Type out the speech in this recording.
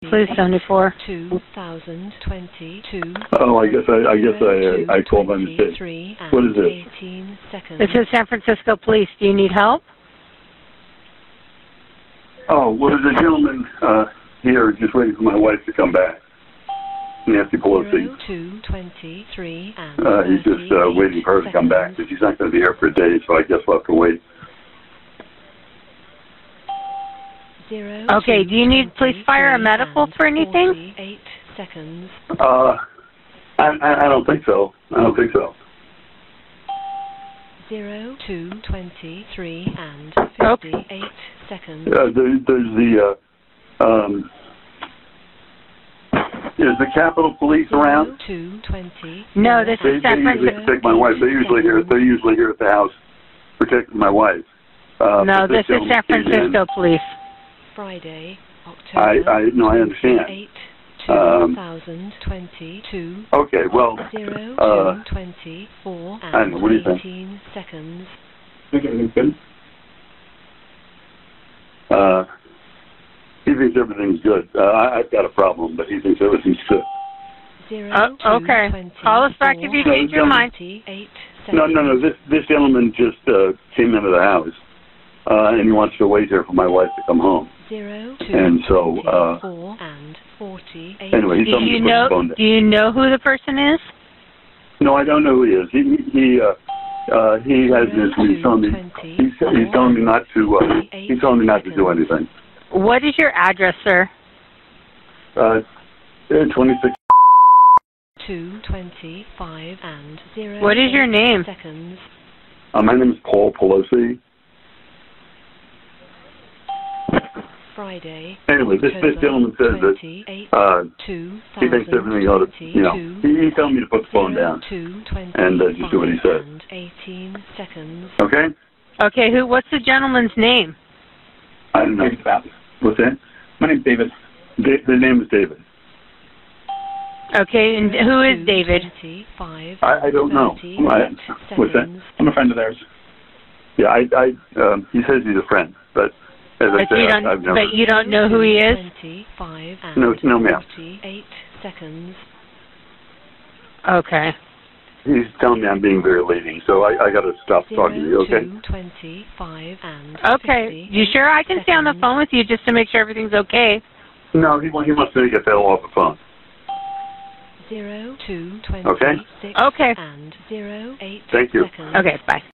Blue 74. 2022. Oh, I guess I, I guess I, I called my mistake. What is this? 18 seconds. This is San Francisco Police. Do you need help? Oh, well, there's a gentleman uh, here just waiting for my wife to come back. Nancy Pelosi. Two twenty-three and Uh, he's just uh, waiting for her to come back, but she's not going to be here for a day, so I guess we'll have to wait. Zero, Okay, two, do you need police, fire, or 23 medical and for anything? 48 seconds. Uh, I, I, I don't think so. I don't think so. Zero, two, twenty-three and Okay. 58 seconds. Uh, there, there's the uh, um, is the Capitol Police around? Zero, two, twenty. No, this They, is they San usually Francisco. protect my wife. They're usually here. They're usually here at the house protecting my wife. Uh, No, but this is gentleman San came in. Francisco Police. Friday, I, October I no, I understand. eight, Um, 2022. Okay, well, Zero, uh, two, twenty-four I don't know, what do you and think? 18 seconds. uh, he thinks everything's good. Uh, I, I've got a problem, but he thinks everything's good. Zero, Oh, two, okay. twenty, Call us back if you four, change your mind. 28 No, no, no. seconds. This this gentleman just uh, came into the house, uh, and he wants to wait here for my wife to come home. Zero, two, And so, uh, 24 and 48. Anyway, Do he told me you to put his know? phone down. Do you know who the person is? No, I don't know who he is. He he uh, uh, he has this. He's telling me he's, he's telling me not to. Uh, he's telling me not to do anything. What is your address, sir? Uh, twenty six. Two, twenty-five and zero. What is your name? Seconds. Uh, my name is Paul Pelosi. Friday. Anyway, this this gentleman says that uh, he he thinks everything ought to. You know, he, he told me to put the phone down. and, uh, just do what he said. 18 seconds. Okay. Okay, who? What's the gentleman's name? I don't know. What's that? My name's David. Da- the name is David. Okay, and who is Two, David? 25, I, I don't know. I, 38 what's that? seconds. I'm a friend of theirs. Yeah, I, I um, he says he's a friend, but as I But you said, I, I've don't. never. But you don't know who he is. 25 and No, no, ma'am. 48 seconds. Okay. He's telling me I'm being very leading, so I, I got to stop talking to you. Okay. Zero, two, 25 and Okay. 50 You sure I can stay on the seconds. phone with you just to make sure everything's okay? No, he, wa- he wants me to get that off the phone. Zero, two, Okay. 26 Okay. and zero, eight Thank you. seconds. Okay. Bye.